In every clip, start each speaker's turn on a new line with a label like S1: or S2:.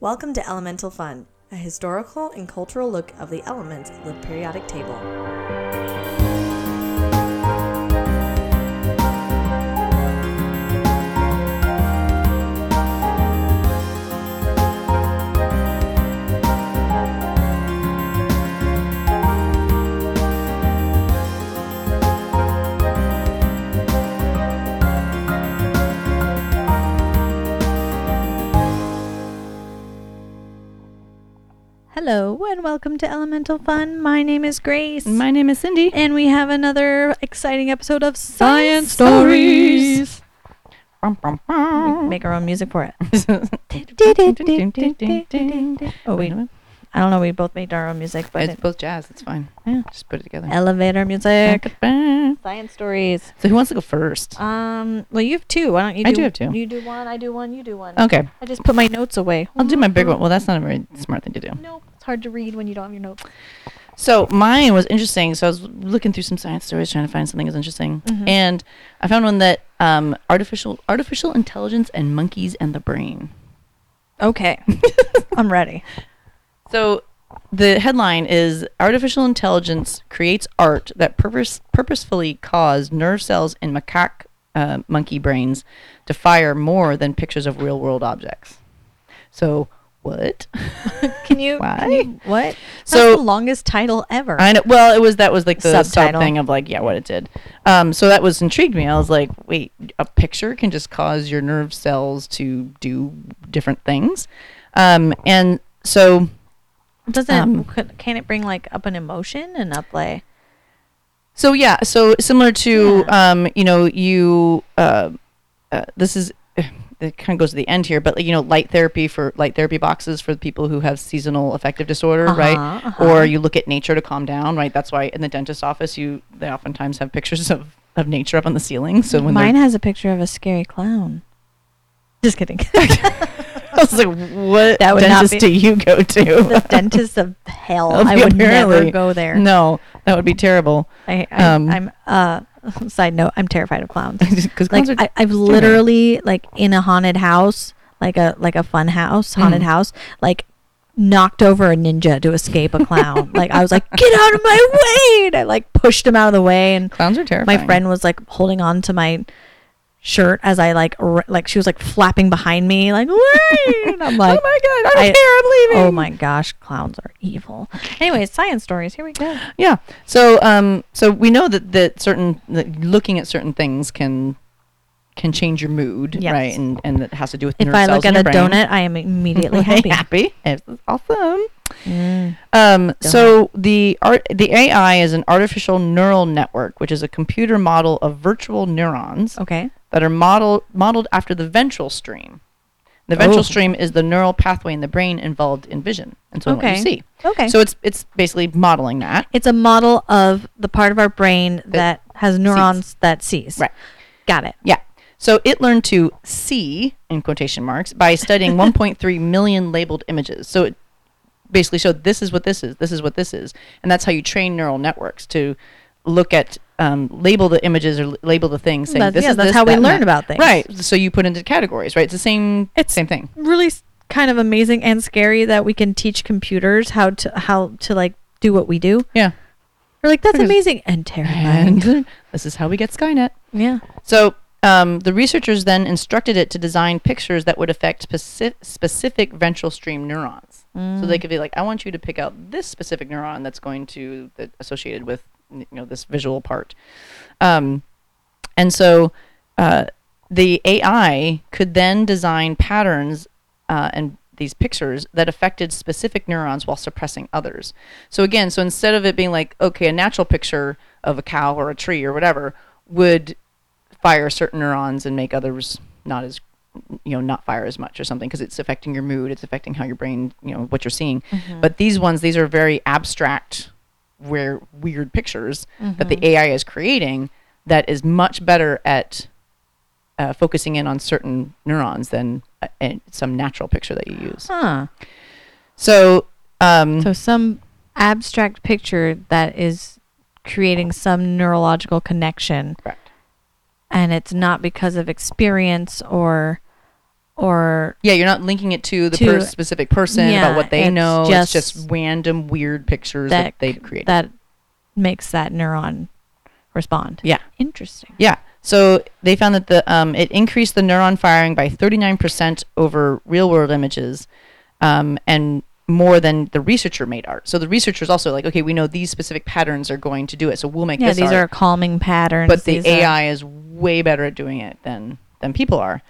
S1: Welcome to Elemental Fun, a historical and cultural look of the elements of the periodic table. Hello and welcome to Elemental Fun. My name is Grace.
S2: My name is Cindy.
S1: and we have another exciting episode of
S2: Science Stories. Bum, bum,
S1: We
S2: bum.
S1: make our own music for it.
S2: Oh wait,
S1: I don't know, we both made our own music, but
S2: it's both jazz. It's fine.
S1: Yeah.
S2: Just put it together.
S1: elevator music.
S2: So
S1: Science Stories.
S2: who wants to go first?
S1: Um, well, you have two. Why don't you?
S2: I do have two.
S1: You do one. I do one. You do one.
S2: Okay,
S1: I just put my notes away.
S2: I'll do my big one. Well, that's not a very smart thing to do.
S1: Nope, it's hard to read when you don't have your notes.
S2: So mine was interesting. So I was looking through some science stories, trying to find something that was interesting,
S1: Mhm.
S2: and I found one that um, artificial artificial intelligence and monkeys and the brain.
S1: Okay, I'm ready.
S2: So the headline is artificial intelligence creates art that purpose purposefully caused nerve cells in macaque uh, monkey brains to fire more than pictures of real world objects. So what?
S1: Can you?
S2: Why?
S1: Can you what?
S2: So-
S1: That's the longest title ever.
S2: I know. Well, it was that was like the sub
S1: Subtitle.
S2: thing of like yeah, what it did. Um, so that was intrigued me. I was like, wait, a picture can just cause your nerve cells to do different things, um, and so
S1: Doesn't
S2: Um,
S1: could, can it bring like up an emotion and up like
S2: So yeah, so similar to um, you know, you uh, uh, this is it kind of goes to the end here, but like, you know, light therapy for light therapy boxes for the people who have seasonal affective disorder, right?
S1: Uh-huh,
S2: Or you look at nature to calm down, right? That's why in the dentist office you they oftentimes have pictures of of nature up on the ceiling. So when
S1: mine
S2: they're
S1: has a picture of a scary clown. Just kidding.
S2: I was like, what
S1: That would not
S2: dentist
S1: be-
S2: do you go
S1: the
S2: to?
S1: dentist of hell. I would never
S2: Apparently.
S1: go there.
S2: No, that would be terrible.
S1: I, I
S2: Um,
S1: I'm uh side note, I'm terrified of clowns.
S2: 'Cause
S1: like
S2: clowns are
S1: I, I've literally like in a haunted house, like a like a fun house, haunted
S2: Mm.
S1: house, like knocked over a ninja to escape a clown. like I was like, Get out of my way and I like pushed him out of the way and
S2: Clowns are terrible.
S1: my friend was like holding on to my shirt as I like r- like she was like flapping behind me like "Wait!" and I'm like
S2: Oh my god, I don't care,
S1: I-
S2: I'm leaving.
S1: Oh my gosh, clowns are evil. Anyways, science stories. Here we go.
S2: Yeah. So um so we know that that certain that looking at certain things can can change your mood,
S1: Yes.
S2: right? And and it has to do with
S1: If
S2: nerve
S1: I
S2: cells
S1: look
S2: in
S1: at a
S2: your brain.
S1: donut, I am immediately happy.
S2: happy. It's awesome.
S1: Mm.
S2: Um, so the art, the AI is an artificial neural network, which is a computer model of virtual neurons
S1: Okay.
S2: that are model, modeled after the ventral stream. The ventral
S1: Oh.
S2: stream is the neural pathway in the brain involved in vision, and so in what
S1: Okay.
S2: you see.
S1: Okay.
S2: So it's it's basically modeling that.
S1: It's a model of the part of our brain that has neurons that sees.
S2: Right.
S1: Got it.
S2: Yeah. So it learned to see, in quotation marks, by studying 1.3 million labeled images. So it basically showed this is what this is, this is what this is. And that's how you train neural networks to look at, um, label the images or l- label the things, saying
S1: That's-
S2: this
S1: yeah,
S2: is
S1: that's
S2: this,
S1: how we
S2: that, and
S1: learn
S2: that.
S1: about things.
S2: Right. So you put into categories, right? It's the same, same thing.
S1: Really s- kind of amazing and scary that we can teach computers how to how to like do what we do.
S2: Yeah.
S1: We're like that's
S2: Because-
S1: amazing and terrifying.
S2: And this is how we get Skynet.
S1: yeah.
S2: So um, the researchers then instructed it to design pictures that would affect speci- specific ventral stream neurons. So they could be like, I want you to pick out this specific neuron that's going to that associated with you know this visual part. Um, and so uh, the AI could then design patterns uh, and these pictures that affected specific neurons while suppressing others. So again, so instead of it being like, okay, a natural picture of a cow or a tree or whatever would fire certain neurons and make others not as you know not fire as much or something because it's affecting your mood it's affecting how your brain you know what you're seeing
S1: Mm-hmm.
S2: but these ones these are very abstract where weird pictures that
S1: Mm-hmm.
S2: the ai is creating that is much better at uh, focusing in on certain neurons than uh, and some natural picture that you use
S1: Huh.
S2: so um
S1: So some abstract picture that is creating some neurological connection
S2: correct
S1: and it's not because of experience or or
S2: Yeah, you're not linking it to the
S1: To-
S2: per- specific person
S1: Yeah,
S2: about what they
S1: it's
S2: know. it's
S1: just
S2: just random weird pictures that,
S1: that
S2: they've created.
S1: that makes that neuron respond.
S2: yeah.
S1: Interesting.
S2: Yeah. So they found that the um, it increased the neuron firing by 39% over real world images, um, and more than the researcher made art. So the researchers also like, okay, we know these specific patterns are going to do it, so we'll make
S1: Yeah,
S2: this
S1: these
S2: art.
S1: are calming patterns.
S2: but the
S1: these are-
S2: AI is way better at doing it than than people are,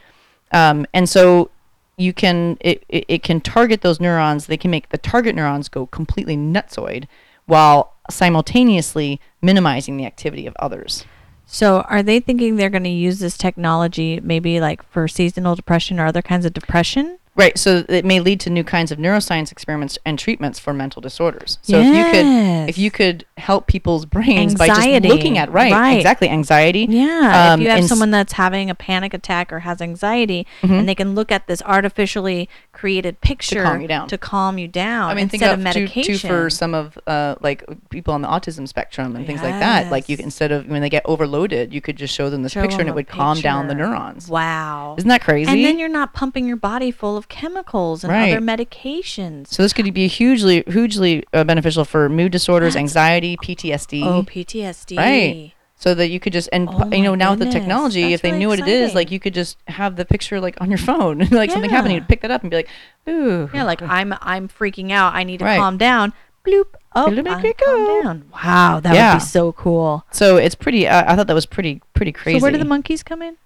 S2: um, and so you can it, it, it can target those neurons. They can make the target neurons go completely nutsoid while simultaneously minimizing the activity of others.
S1: so are they thinking they're going to use this technology maybe like for seasonal depression or other kinds of depression?
S2: Right, so it may lead to new kinds of neuroscience experiments and treatments for mental disorders. So if you could if
S1: Yes.
S2: you could help people's brains by
S1: Anxiety,
S2: just looking at right,
S1: right.
S2: exactly anxiety.
S1: Yeah.
S2: um,
S1: if you have
S2: and s-
S1: someone that's having a panic attack or has anxiety
S2: Mhm.
S1: and they can look at this artificially created picture
S2: you down.
S1: to calm you down
S2: I mean, think
S1: instead
S2: about
S1: of
S2: too, too
S1: medication.
S2: for some of uh, like people on the autism spectrum and things like that. Like you
S1: Yes.
S2: instead of when they get overloaded, you could just show them this
S1: Show
S2: picture
S1: them
S2: and
S1: a
S2: it would calm down the
S1: picture.
S2: neurons.
S1: Wow.
S2: Isn't that crazy?
S1: And then you're not pumping your body full of chemicals and
S2: Right.
S1: other medications.
S2: so this could be hugely hugely uh, beneficial for mood disorders, anxiety, PTSD.
S1: oh, PTSD.
S2: Right. So that you could just and
S1: Oh
S2: you know
S1: my
S2: now with the
S1: goodness,
S2: technology,
S1: that's
S2: if they
S1: really
S2: knew what it is,
S1: exciting.
S2: like you could just have the picture like on your phone, like something happening,
S1: Yeah.
S2: you'd pick that up and be like, ooh,
S1: Yeah, like I'm I'm freaking out. I need to
S2: Right.
S1: calm down. Bloop. Oh,
S2: Bloop, bloop,
S1: I
S2: bloop, go.
S1: calm down. Wow, that
S2: Yeah.
S1: would be so cool.
S2: So it's pretty. I I thought that was pretty pretty crazy.
S1: So where do the monkeys come in?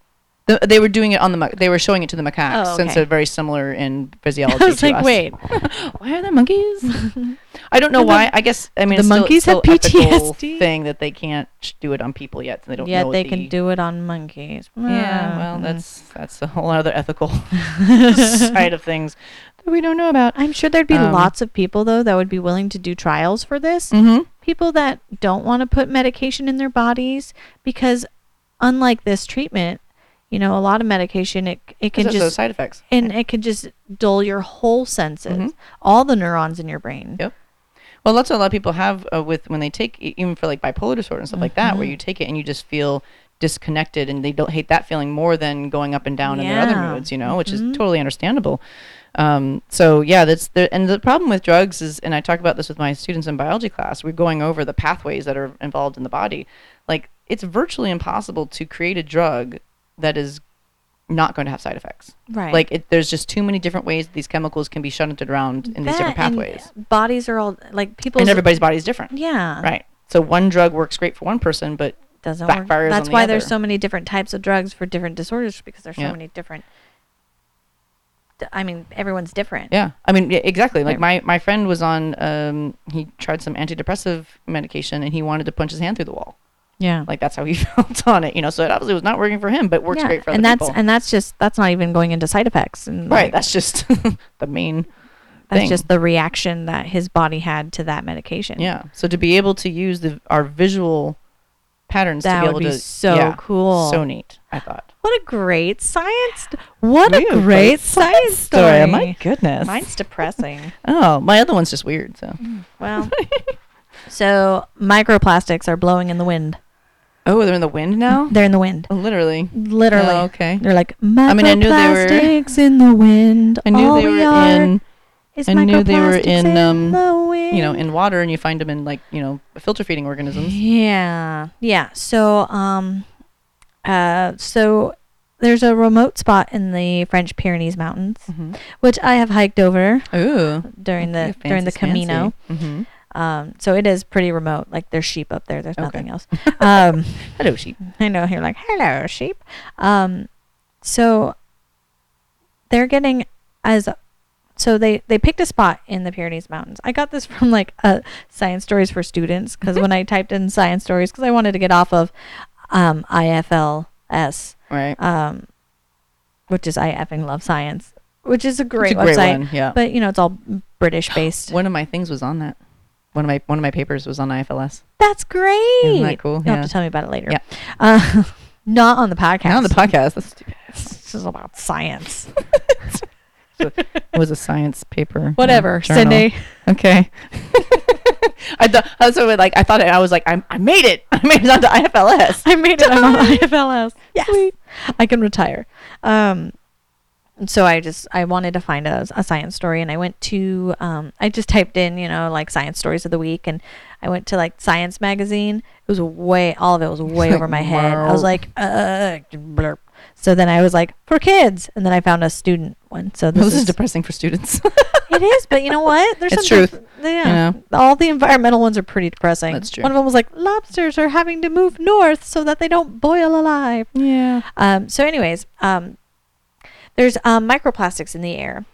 S2: The- they were doing it on the mo- they were showing it to the macaques
S1: Oh,
S2: since
S1: okay.
S2: they're very similar in physiology.
S1: I was
S2: to
S1: like,
S2: us.
S1: wait,
S2: why are there monkeys? I don't know
S1: And the-
S2: why. I guess I mean
S1: the
S2: it's still-
S1: monkeys
S2: still
S1: have
S2: ethical
S1: PTSD?
S2: thing that they can't sh- do it on people yet. So they don't.
S1: yet
S2: know
S1: they
S2: the-
S1: can do it on monkeys.
S2: Yeah, well,
S1: Mm.
S2: that's that's a whole other ethical side of things that we don't know about.
S1: I'm sure there'd be
S2: Um,
S1: lots of people though that would be willing to do trials for this.
S2: Mm-hmm.
S1: people that don't want to put medication in their bodies because unlike this treatment you know a lot of medication it, it can
S2: Because those
S1: just
S2: side effects.
S1: and it can just dull your whole senses
S2: Mhm.
S1: all the neurons in your brain
S2: Yep. Well, that's what a lot of people have uh, with when they take e- even for like bipolar disorder and stuff like that,
S1: Mm-hmm.
S2: where you take it and you just feel disconnected, and they don't hate that feeling more than going up and down in their
S1: Yeah. Mm-hmm.
S2: other moods, you know, which is totally understandable. Um, so yeah, that's the and the problem with drugs is, and I talk about this with my students in biology class. We're going over the pathways that are involved in the body. Like it's virtually impossible to create a drug that is not going to have side effects.
S1: right
S2: Like it, there's just too many different ways these chemicals can be shunted around in these different
S1: That and
S2: pathways
S1: bodies are all like people
S2: and everybody's body is different.
S1: yeah
S2: Right. So one drug works great for one person, but
S1: doesn't work
S2: backfires on
S1: that's
S2: the
S1: why there's
S2: other.
S1: so many different types of drugs for different disorders because there's so
S2: Yeah.
S1: many different d- i mean everyone's different
S2: yeah, I mean, yeah, exactly. Like
S1: Right.
S2: my my friend was on, um, he tried some antidepressive medication and he wanted to punch his hand through the wall.
S1: yeah
S2: Like that's how he felt on it, you know. So it obviously was not working for him, but works
S1: Yeah,
S2: great for other
S1: and that's
S2: people.
S1: and that's just that's not even going into side effects and
S2: right.
S1: like,
S2: That's just the main.
S1: That's
S2: thing.
S1: just the reaction that his body had to that medication.
S2: Yeah. So to be able to use the our visual patterns to
S1: That
S2: be
S1: would
S2: able
S1: be
S2: to
S1: so
S2: yeah,
S1: cool.
S2: so neat. I thought.
S1: What a great science! What
S2: We
S1: a
S2: have
S1: great, science story.
S2: Story. Oh My goodness.
S1: Mine's Mm. depressing.
S2: oh, my other one's just weird. So.
S1: well, so microplastics are blowing in the wind.
S2: Oh, they're in the wind now.
S1: They're in the wind,
S2: Literally.
S1: literally.
S2: Oh, okay.
S1: They're like
S2: mean, I knew they were-
S1: microplastics in the wind.
S2: I knew
S1: All
S2: they
S1: we
S2: were
S1: are
S2: in,
S1: is
S2: I knew they were
S1: microplastics
S2: in, um,
S1: the wind.
S2: you know, in water, and you find them in like you know filter feeding organisms.
S1: Yeah. Yeah. So um uh so there's a remote spot in the French Pyrenees Mountains,
S2: Mhm.
S1: which I have hiked over
S2: Ooh,
S1: during the during the Camino.
S2: Mm-hmm.
S1: Um so it is pretty remote. Like there's sheep up there. There's
S2: Okay.
S1: nothing else. Um
S2: Hello, sheep.
S1: I know you're like, "Hello, sheep." Um so they're getting as so they they picked a spot in the Pyrenees Mountains. I got this from like uh, science stories for students because
S2: Mm-hmm.
S1: when I typed in science stories because I wanted to get off of um, IFLS,
S2: Right.
S1: um, which is I effing love science, which is a great,
S2: it's a great
S1: website.
S2: one. Yeah.
S1: But you know it's all British based.
S2: one of my things was on that. One of my one of my papers was on IFLS.
S1: That's great.
S2: Isn't that cool?
S1: You'll
S2: Yeah.
S1: have to tell me about it later.
S2: Yeah.
S1: Uh, not on the podcast.
S2: Now the podcast. That's stupid.
S1: this is about science.
S2: It was a science paper.
S1: Whatever.
S2: Journal.
S1: Cindy.
S2: Okay. I thought I was sort of like I thought it, I was like I, I made it. I made it onto IFLS.
S1: I made it. I'm on IFLS. Yes. I can retire. Um, so I just I wanted to find a, a science story, and I went to um, I just typed in you know like science stories of the week, and I went to like Science Magazine. It was way all of it was way
S2: Like,
S1: over my head. I was
S2: wow.
S1: like, uh, blurp. So then I was like for kids, and then I found a student one. So
S2: This,
S1: this,
S2: is
S1: is
S2: depressing for students.
S1: it is, but you know what? There's
S2: It's
S1: some
S2: truth,
S1: diff- yeah,
S2: know?
S1: all the environmental ones are pretty depressing.
S2: That's true.
S1: One of them was like lobsters are having to move north so that they don't boil alive.
S2: yeah.
S1: Um, so, anyways, um, there's um, microplastics in the air,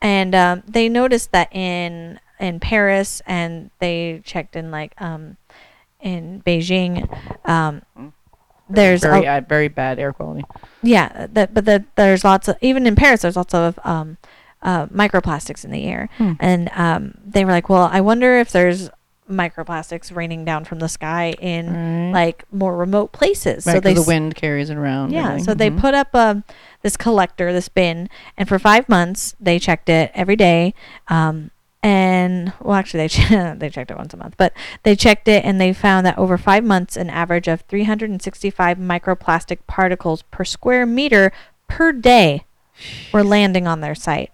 S1: and um, they noticed that in in Paris, and they checked in like um, in Beijing. Um, there's a-
S2: very uh, very bad air quality.
S1: yeah, that but that there's lots of even in Paris, there's lots of um, uh, microplastics in the air,
S2: Hmm.
S1: and um, they were like, well, I wonder if there's microplastics raining down from the sky in
S2: Right.
S1: like more remote places.
S2: Right,
S1: so
S2: 'cause
S1: they
S2: the
S1: s-
S2: wind carries it around.
S1: yeah, so they
S2: mm-hmm.
S1: put up um, this collector, this bin, and for five months they checked it every day. Um, and well, actually, they che- they checked it once a month, but they checked it and they found that over five months, an average of 365 microplastic particles per square meter per day were landing on their site.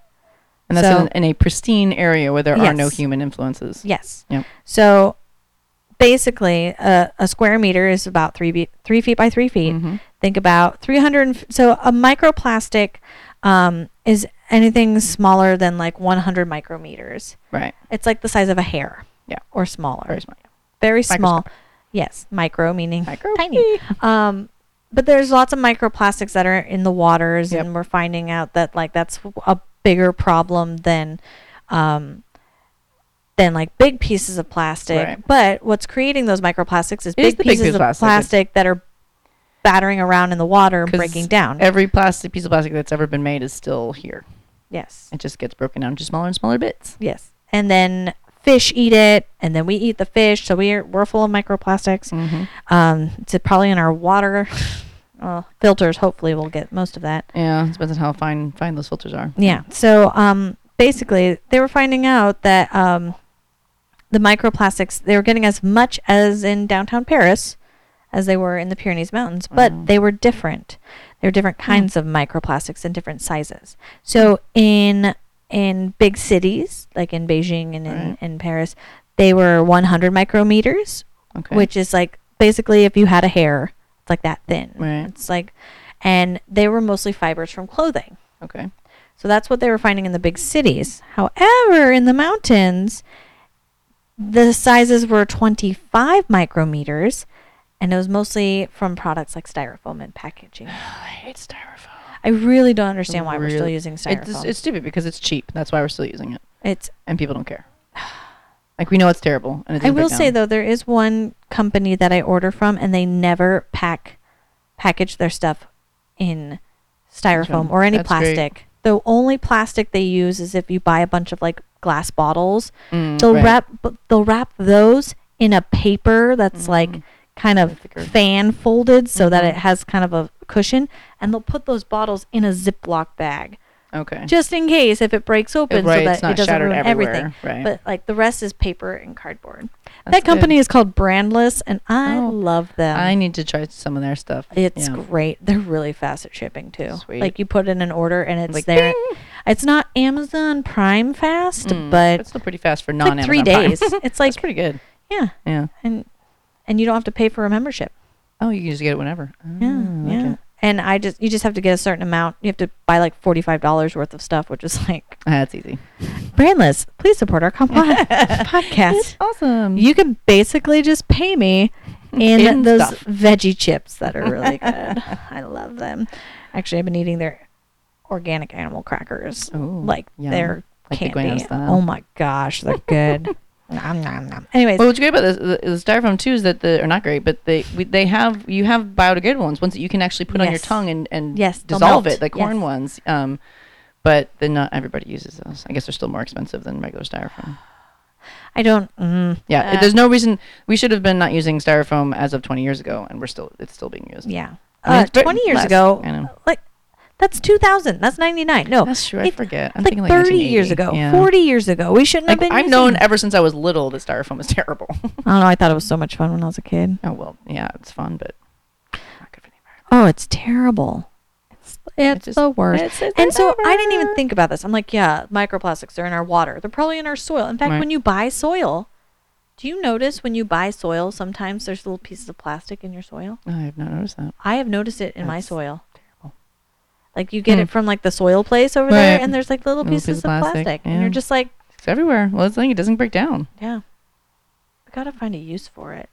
S2: and that's
S1: so-
S2: in, in a pristine area where there are no
S1: Yes.
S2: human influences.
S1: Yes.
S2: Yep.
S1: So basically, uh, a square meter is about three be- three feet by three feet.
S2: Mhm.
S1: Think about 300. and f- So a microplastic um, is anything smaller than like 100 micrometers.
S2: Right.
S1: It's like the size of a hair.
S2: Yeah.
S1: Or smaller.
S2: Very smart.
S1: Very small.
S2: Microscopic.
S1: Yes. Micro meaning
S2: Micro.
S1: tiny. Um, but there's lots of microplastics that are in the waters,
S2: Yep.
S1: and we're finding out that like that's a bigger problem than, um, than like big pieces of plastic.
S2: Right.
S1: But what's creating those microplastics is
S2: It is the
S1: big
S2: big
S1: pieces
S2: piece
S1: of
S2: of
S1: plastic.
S2: plastic.
S1: that are battering around in the water and
S2: 'Cause
S1: breaking down.
S2: Every plastic piece of plastic that's ever been made is still here.
S1: yes.
S2: It just gets broken down into smaller and smaller bits.
S1: Yes. And then fish eat it, and then we eat the fish, so we're we're full of microplastics.
S2: Mm-hmm.
S1: Um, it's probably in our water. well, filters hopefully will get most of that.
S2: Yeah, depends on how fine fine those filters are.
S1: Yeah. So um, basically, they were finding out that um, the microplastics they were getting as much as in downtown Paris as they were in the Pyrenees Mountains, but
S2: Wow. Hmm.
S1: they were different. They were different kinds of microplastics and different sizes. So in in big cities like in Beijing and in,
S2: Right.
S1: in Paris, they were 100 micrometers,
S2: Okay.
S1: which is like basically if you had a hair, it's like that thin.
S2: Right.
S1: It's like, and they were mostly fibers from clothing.
S2: okay.
S1: So that's what they were finding in the big cities. However, in the mountains, the sizes were 25 micrometers, and it was mostly from products like styrofoam and packaging.
S2: I hate styrofoam.
S1: I really don't understand why we're still
S2: Really?
S1: using styrofoam.
S2: It's, it's stupid because it's cheap. That's why we're still using it,
S1: It's-
S2: and people don't care. Like we know it's terrible, and it
S1: I
S2: didn't break
S1: will say
S2: down.
S1: though, there is one company that I order from, and they never pack package their stuff in styrofoam
S2: Styrofoam.
S1: or any
S2: That's great.
S1: plastic. The only plastic they use is if you buy a bunch of like glass bottles
S2: Mm,
S1: they'll
S2: right.
S1: wrap but they'll wrap those in a paper
S2: Mm.
S1: that's like kind of
S2: Thicker.
S1: fan folded so that
S2: Mhm.
S1: it has kind of a cushion and they'll put those bottles in a ziploc bag
S2: Okay.
S1: just in case if it breaks open
S2: right,
S1: so that
S2: it's not
S1: it doesn't
S2: shattered
S1: ruin everything
S2: everywhere, right.
S1: but like the rest is paper and cardboard
S2: That's
S1: that company
S2: good.
S1: is called brandless and i
S2: Oh,
S1: love them
S2: I need to try some of their stuff.
S1: it's
S2: Yeah.
S1: great. They're really fast at shipping too.
S2: Sweet.
S1: Like you put in an order and it's
S2: Like,
S1: there.
S2: "Bing!"
S1: It's not Amazon Prime fast,
S2: Mm,
S1: but
S2: it's still pretty fast for
S1: it's
S2: non
S1: like three days. it's
S2: That's
S1: like
S2: pretty good.
S1: yeah,
S2: Yeah.
S1: and and you don't have to pay for a membership.
S2: Oh, you can just get it whenever.
S1: Yeah,
S2: Oh,
S1: yeah.
S2: okay.
S1: And I just you just have to get a certain amount. You have to buy like forty five dollars worth of stuff, which is like
S2: Ah, That's easy.
S1: brandless. Please support our com-
S2: It's
S1: podcast.
S2: awesome.
S1: You can basically just pay me in,
S2: In
S1: those
S2: stuff.
S1: veggie chips that are really good. I love them. Actually, I've been eating their organic animal crackers.
S2: Ooh,
S1: like
S2: yum.
S1: they're
S2: Like the
S1: candy.
S2: Guinness style.
S1: oh my gosh, they're good. nom, nom, nom. Anyways,
S2: Well, what's great about this, the, the styrofoam too is that the are not great, but they we, they have you have biodegradable ones, ones that you can actually put on your
S1: Yes.
S2: tongue and and
S1: Yes, they'll
S2: dissolve
S1: melt.
S2: it, like
S1: Yes.
S2: corn ones. Um, but then not everybody uses those. I guess they're still more expensive than regular styrofoam.
S1: I don't. Mm,
S2: Yeah,
S1: uh,
S2: there's no reason we should have been not using styrofoam as of 20 years ago, and we're still it's still being used.
S1: Yeah.
S2: I mean,
S1: Uh,
S2: it's bit-
S1: 20 years
S2: less,
S1: ago,
S2: I know.
S1: like that's 2000. That's 99. No,
S2: That's true. I
S1: it-
S2: forget. I'm
S1: like,
S2: thinking like
S1: 30 years
S2: 1980.
S1: ago,
S2: Yeah.
S1: 40 years ago. We shouldn't
S2: Like,
S1: have been.
S2: I've
S1: using Uh.
S2: known
S1: it.
S2: ever since I was little that styrofoam is terrible.
S1: I don't know. I thought it was so much fun when I was a kid.
S2: oh well, yeah, it's fun, but not good for the environment.
S1: Oh, it's terrible. It's It's
S2: just-
S1: the worst.
S2: it's- it's
S1: and so I didn't
S2: whatever.
S1: even think about this. I'm like, yeah, microplastics are in our water. They're probably in our soil. In fact,
S2: Right.
S1: when you buy soil, do you notice when you buy soil sometimes there's little pieces of plastic in your soil?
S2: I have not noticed that.
S1: I have noticed it in my
S2: That's
S1: soil.
S2: terrible.
S1: Like you get
S2: Hmm.
S1: it from like the soil place over there,
S2: Right.
S1: and there's like little,
S2: Little piece
S1: pieces
S2: of
S1: of
S2: plastic,
S1: plastic, and
S2: yeah.
S1: you're just like,
S2: It's everywhere. Well, it's like it doesn't break down.
S1: yeah, we gotta find a use for it.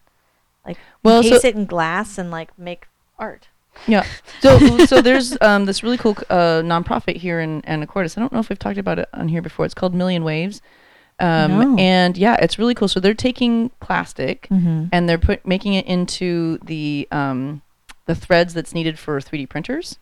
S1: Like
S2: Well, so-
S1: encase it in glass and like make art.
S2: Yeah. So so there's um, this really cool uh, nonprofit here in Anacortes. I don't know if we've talked about it on here before. It's called Million Waves. Um,
S1: No.
S2: And yeah, it's really cool. So they're taking plastic
S1: Mm-hmm.
S2: and they're put making it into the um, the threads that's needed for 3D printers.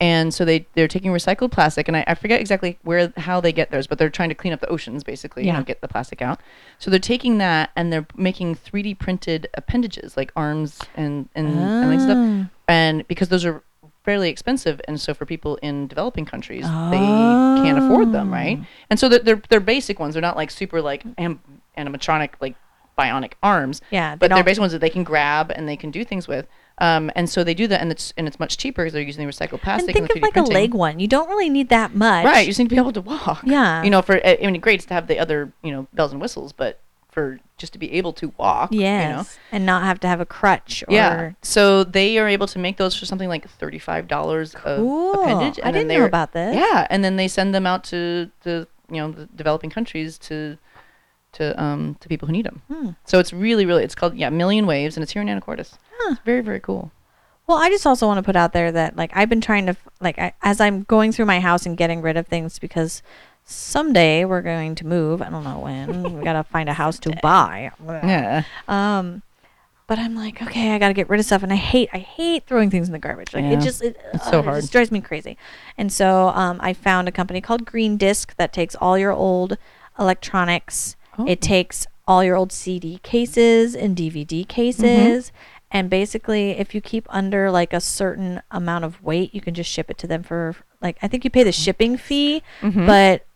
S2: And so they they're taking recycled plastic, and I, I forget exactly where how they get theirs, but they're trying to clean up the oceans basically, you
S1: Yeah.
S2: know, get the plastic out. So they're taking that and they're making 3D printed appendages like arms and and, and like stuff
S1: Oh.
S2: and because those are fairly expensive and so for people in developing countries they can't afford them
S1: Oh.
S2: right and so they're, they're, they're basic ones they're not like super like am- animatronic like bionic arms
S1: Yeah, they
S2: but they're
S1: don't-
S2: basic ones that they can grab and they can do things with um, and so they do that and it's and it's much cheaper because they're using the recycled
S1: And
S2: plastic and, the
S1: think of
S2: 3D
S1: like
S2: printing.
S1: a leg one. You don't really need that much.
S2: right you just need to be able to walk
S1: Yeah.
S2: you know for i I mean great to have the other you know bells and whistles but for just to be able to walk
S1: Yes.
S2: you know
S1: And not have to have a crutch or
S2: yeah. So they are able to make those for something like thirty-five dollars
S1: Cool.
S2: of appendage.
S1: I
S2: and then
S1: didn't
S2: they
S1: know
S2: are-
S1: about this.
S2: Yeah, and then they send them out to the you know the developing countries to to um to people who need them.
S1: Hmm.
S2: So it's really really it's called yeah Million Waves and it's here in Anacortes.
S1: Huh.
S2: It's very very cool.
S1: Well, I just also want to put out there that like I've been trying to f- like I, as I'm going through my house and getting rid of things because someday we're going to move. I don't know when. we got to find a house to buy.
S2: Yeah.
S1: Um but I'm like, okay, I got to get rid of stuff and I hate I hate throwing things in the garbage. Like
S2: Yeah.
S1: it just it,
S2: It's so
S1: ugh,
S2: hard.
S1: It just drives me crazy. And so um, I found a company called Green Disc that takes all your old electronics.
S2: Oh.
S1: It takes all your old CD cases and
S2: Mm-hmm.
S1: DVD cases. And basically, if you keep under like a certain amount of weight, you can just ship it to them for like I think you
S2: Oh,
S1: pay the shipping fee,
S2: Mhm.
S1: but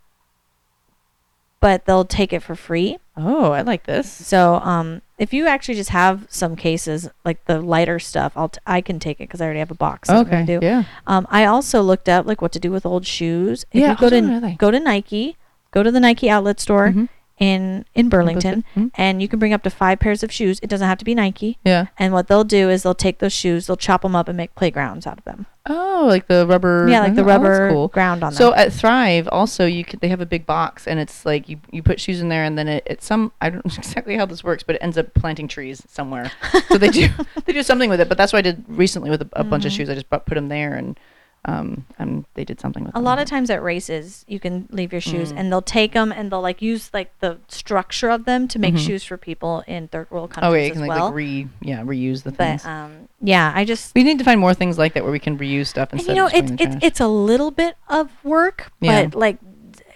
S1: but they'll take it for free.
S2: Oh, I like this.
S1: So um, if you actually just have some cases like the lighter stuff, I'll t- I can take it because I already have a box. that I'm gonna do.
S2: Yeah.
S1: Um, I also looked up like what to do with old shoes. If
S2: Yeah,
S1: you go
S2: oh,
S1: to
S2: really?
S1: go to Nike, go to the Nike outlet store
S2: Mhm.
S1: in in Burlington,
S2: mhm.
S1: and you can bring up to five pairs of shoes. It doesn't have to be Nike.
S2: Yeah.
S1: And what they'll do is they'll take those shoes, they'll chop them up and make playgrounds out of them.
S2: Oh, like the rubber.
S1: Yeah, like the
S2: oh, that's
S1: rubber
S2: cool.
S1: ground on
S2: So
S1: them.
S2: at Thrive, also you could they have a big box, and it's like you, you put shoes in there, and then it, it's some I don't know exactly how this works, but it ends up planting trees somewhere. so they do they do something with it. But that's what I did recently with a, a
S1: Mm-hmm.
S2: bunch of shoes. I just bu- put them there, and um and they did something with
S1: A lot of times at races, you can leave your shoes,
S2: Mm.
S1: and they'll take them and they'll like use like the structure of them to make shoes for people in third world
S2: Mm-hmm. oh
S1: countries
S2: yeah, you
S1: as
S2: can like,
S1: well.
S2: like re yeah reuse the things.
S1: but um, yeah, I just
S2: we need to find more things like that where we can reuse stuff
S1: and
S2: instead.
S1: you know
S2: of just
S1: it's
S2: putting it in
S1: it's
S2: the trash.
S1: it's a little bit of work,
S2: Yeah.
S1: but like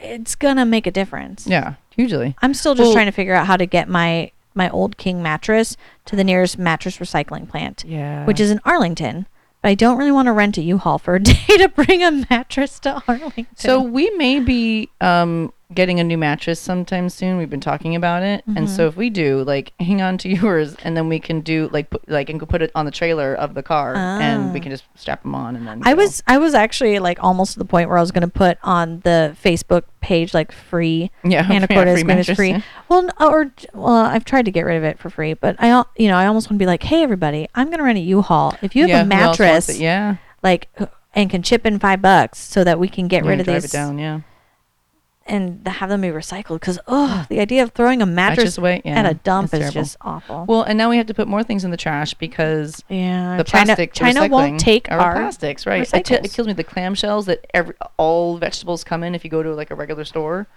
S1: it's gonna make a difference.
S2: yeah hugely.
S1: I'm still just
S2: Well-
S1: trying to figure out how to get my my old king mattress to the nearest mattress recycling plant,
S2: Yeah,
S1: which is in Arlington. But I don't really want to rent a U-Haul for a day to bring a mattress to Arlington.
S2: So we may be um, getting a new mattress sometime soon. We've been talking about it, and
S1: Mm-hmm.
S2: so if we do, like, hang on to yours, and then we can do like, put, like, and go put it on the trailer of the car, and we
S1: Ah.
S2: can just strap them on, and then
S1: I
S2: go.
S1: was I was actually like almost to the point where I was going to put on the Facebook page like free
S2: Yeah, yeah, free
S1: Anacortes free,
S2: mattress,
S1: free.
S2: yeah.
S1: Well, n- or well, I've tried to get rid of it for free, but I al- you know I almost want to be like, hey everybody, I'm going to rent a U-Haul. If you have
S2: Yeah,
S1: a
S2: who else wants
S1: mattress,
S2: it? yeah,
S1: like h- and can chip in five bucks so that we can get
S2: Yeah,
S1: rid of
S2: drive
S1: these
S2: it down, yeah.
S1: and th- have them be recycled because oh the idea of throwing a mattress
S2: Mattress away, yeah,
S1: at a dump
S2: it's
S1: is
S2: terrible.
S1: just awful
S2: Well, and now we have to put more things in the trash because
S1: yeah
S2: the
S1: china,
S2: plastic
S1: china won't
S2: recycling
S1: take
S2: our,
S1: our
S2: plastics, right? It, t- it
S1: recycles.
S2: kills me the clamshells that every all vegetables come in. If you go to like a regular store,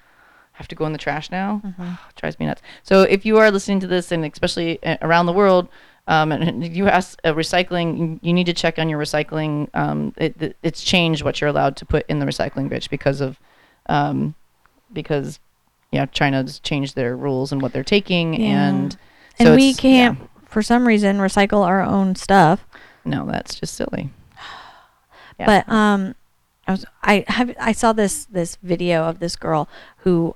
S2: have to go in the trash now.
S1: Mm-hmm.
S2: drives me nuts. So if you are listening to this, and especially uh, around the world. Um, and- and you ask uh, recycling. You need to check on your recycling. Um, it, it- it's changed what you're allowed to put in the recycling bin because of, um, because, yeah, China's changed their rules and what they're taking,
S1: Yeah.
S2: and
S1: and
S2: so
S1: we
S2: it's- yeah.
S1: can't for some reason recycle our own stuff
S2: No, that's just silly. Yeah.
S1: but um I was I have I saw this this video of this girl who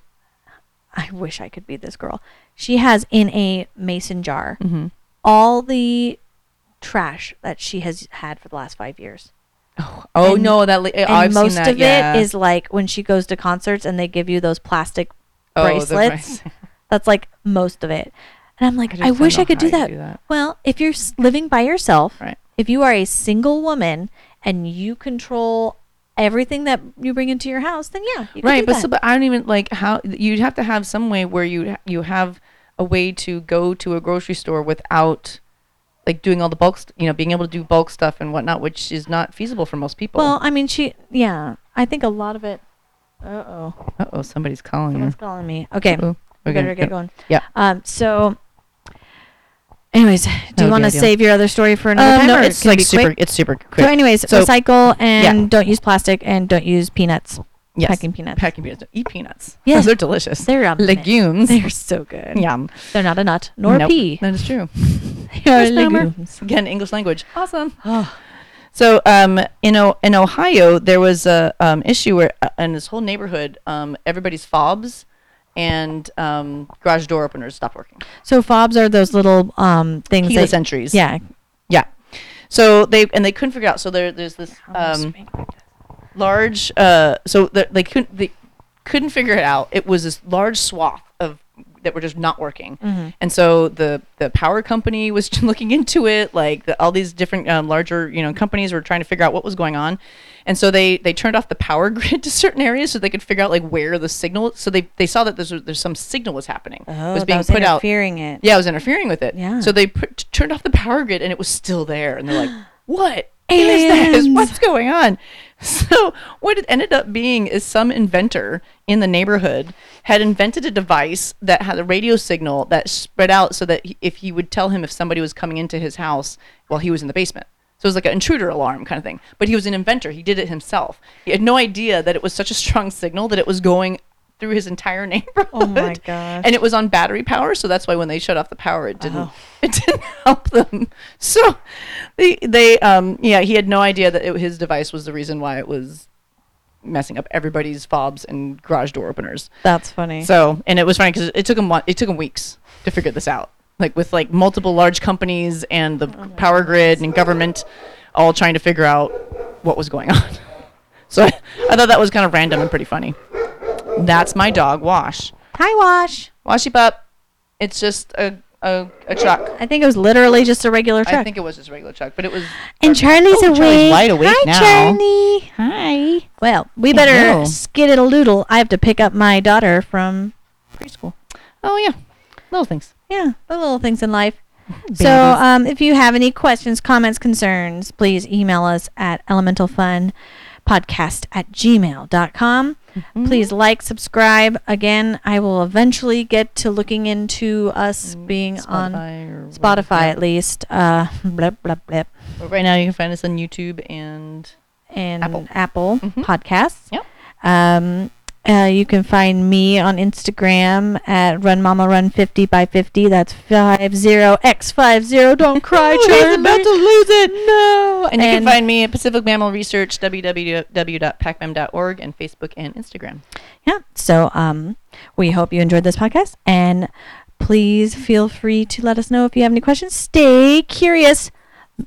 S1: I wish I could be this girl. She has in a mason jar
S2: Mhm.
S1: all the trash that she has had for the last 5 years.
S2: Oh, oh
S1: And-
S2: no, that li-
S1: And
S2: I've
S1: most
S2: seen that.
S1: of
S2: yeah.
S1: it is like when she goes to concerts and they give you those plastic
S2: Oh, the
S1: bracelets.
S2: brace-
S1: That's like most of it. And I'm like,
S2: just
S1: I,
S2: don't
S1: wish
S2: know
S1: I could
S2: how
S1: do
S2: you
S1: that. Well, if you're s- living by yourself,
S2: Right.
S1: if you are a single woman and you control everything that you bring into your house, then yeah, you could
S2: Right,
S1: do
S2: but
S1: that.
S2: so, but I don't even like how you'd have to have some way where you you have a way to go to a grocery store without like doing all the bulk, st- you know, being able to do bulk stuff and whatnot, which is not feasible for most people.
S1: well, I mean, she, yeah, I think a lot of it. Uh oh,
S2: uh oh, somebody's calling.
S1: someone's calling me. Okay,
S2: Uh-oh.
S1: we
S2: We're
S1: better
S2: gonna-
S1: get going.
S2: Yeah.
S1: Um. So, anyways, do you
S2: would be
S1: want to
S2: ideal.
S1: save your other story for another
S2: Um,
S1: time?
S2: no,
S1: or
S2: it's
S1: can it
S2: like
S1: be
S2: super.
S1: quick?
S2: It's super quick.
S1: So, anyways,
S2: So-
S1: recycle and don't use plastic and don't use peanuts.
S2: yes.
S1: Packing peanuts.
S2: Packing peanuts. Eat peanuts.
S1: Yeah.
S2: Yes, they're delicious.
S1: They're um,
S2: legumes.
S1: They're so good.
S2: Yum.
S1: They're not a nut nor a
S2: Nope,
S1: pea.
S2: That is true.
S1: They are
S2: Misnomer.
S1: legumes.
S2: Again, English language. Awesome. So, um, in o- in Ohio, there was a um, issue where uh, in this whole neighborhood, um, everybody's fobs and um, garage door openers stopped working.
S1: So fobs are those little um things.
S2: Keyless
S1: that-
S2: entries.
S1: Yeah.
S2: yeah. So they and they couldn't figure out. So there, there's this um, large. Uh, so the, they couldn't they couldn't figure it out. It was this large swath of that were just not working. And so the the power company was looking into it. Like the, all these different um, larger you know companies were trying to figure out what was going on. And so they they turned off the power grid to certain areas so they could figure out like where the signal. So they they saw that there's there's some signal was happening. Oh, was being put out.
S1: it.
S2: Yeah, it was interfering with it.
S1: Yeah.
S2: So they put, turned off the power grid and it was still there. And they're like, what? Is this?
S1: Aliens."
S2: What's going on? So what it ended up being is some inventor in the neighborhood had invented a device that had a radio signal that spread out so that he, if he would tell him if somebody was coming into his house while he was in the basement. So it was like an intruder alarm kind of thing. But he was an inventor. He did it himself. He had no idea that it was such a strong signal that it was going through his entire neighborhood.
S1: Oh my gosh. Oh.
S2: And it was on battery power, so that's why when they shut off the power, it didn't it didn't help them. So they they um yeah he had no idea that it, his device was the reason why it was messing up everybody's fobs and garage door openers.
S1: That's funny.
S2: So and it was funny because it took him it took him weeks to figure this out, like with like multiple large companies and the
S1: Oh
S2: power grid and government all trying to figure out what was going on. So I thought that was kind of random and pretty funny. That's my dog Wash.
S1: Hi, Wash.
S2: Washi Pup. It's just a, a, a truck.
S1: I think it was literally just a regular truck.
S2: I think it was just a regular truck, but it was.
S1: and Charlie's
S2: Oh,
S1: awake.
S2: Charlie's wide awake
S1: Hi,
S2: now.
S1: Charlie.
S2: Hi.
S1: Well, we better
S2: Hello.
S1: skid it a loodle. I have to pick up my daughter from preschool.
S2: Oh, yeah. Little things.
S1: Yeah, the little things in life. So, um, if you have any questions, comments, concerns, please email us at elementalfunpodcast at gmail.com.
S2: Mm-hmm.
S1: Please like, subscribe. Again, I will eventually get to looking into us
S2: Mm,
S1: being on
S2: or
S1: Spotify at least. Uh, blip, blip, blip.
S2: But right now, you can find us on YouTube and.
S1: And Apple,
S2: Apple. Mhm.
S1: Podcasts.
S2: Yep.
S1: Um, uh, you can find me on Instagram at Run Mama Run 50 by 50. That's 50x50. Don't cry, Charlie.
S2: lose it. No. And, you
S1: And-
S2: can find me at Pacific Mammal Research, www.pacmem.org, and Facebook and Instagram.
S1: Yeah. So um, we hope you enjoyed this podcast and please feel free to let us know if you have any questions. Stay curious.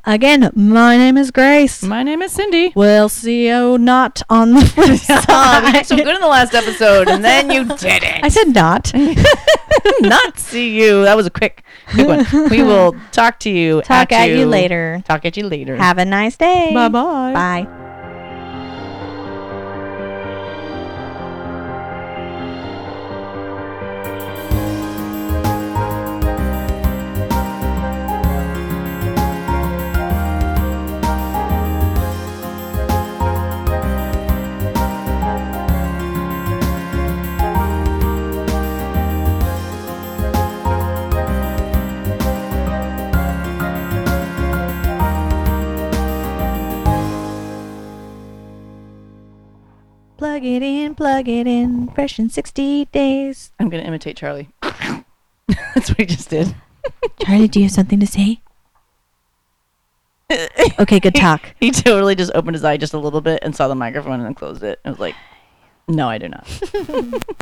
S1: Again, my name is Grace.
S2: My name is Cindy.
S1: We'll see you not on the flip
S2: Oh, we
S1: side.
S2: did so good in the last episode, and then you did it.
S1: I said not.
S2: not see you. That was a quick, quick one. We will talk to you.
S1: Talk at you later.
S2: Talk at you later.
S1: Have a nice day.
S2: Bye-bye.
S1: Bye. Plug it in, plug it in. Fresh in 60 days.
S2: I'm gonna imitate Charlie. That's what he just did.
S1: Charlie, do you have something to say? Okay, good talk.
S2: He totally just opened his eye just a little bit and saw the microphone and then closed it. I was like, "No, I do not."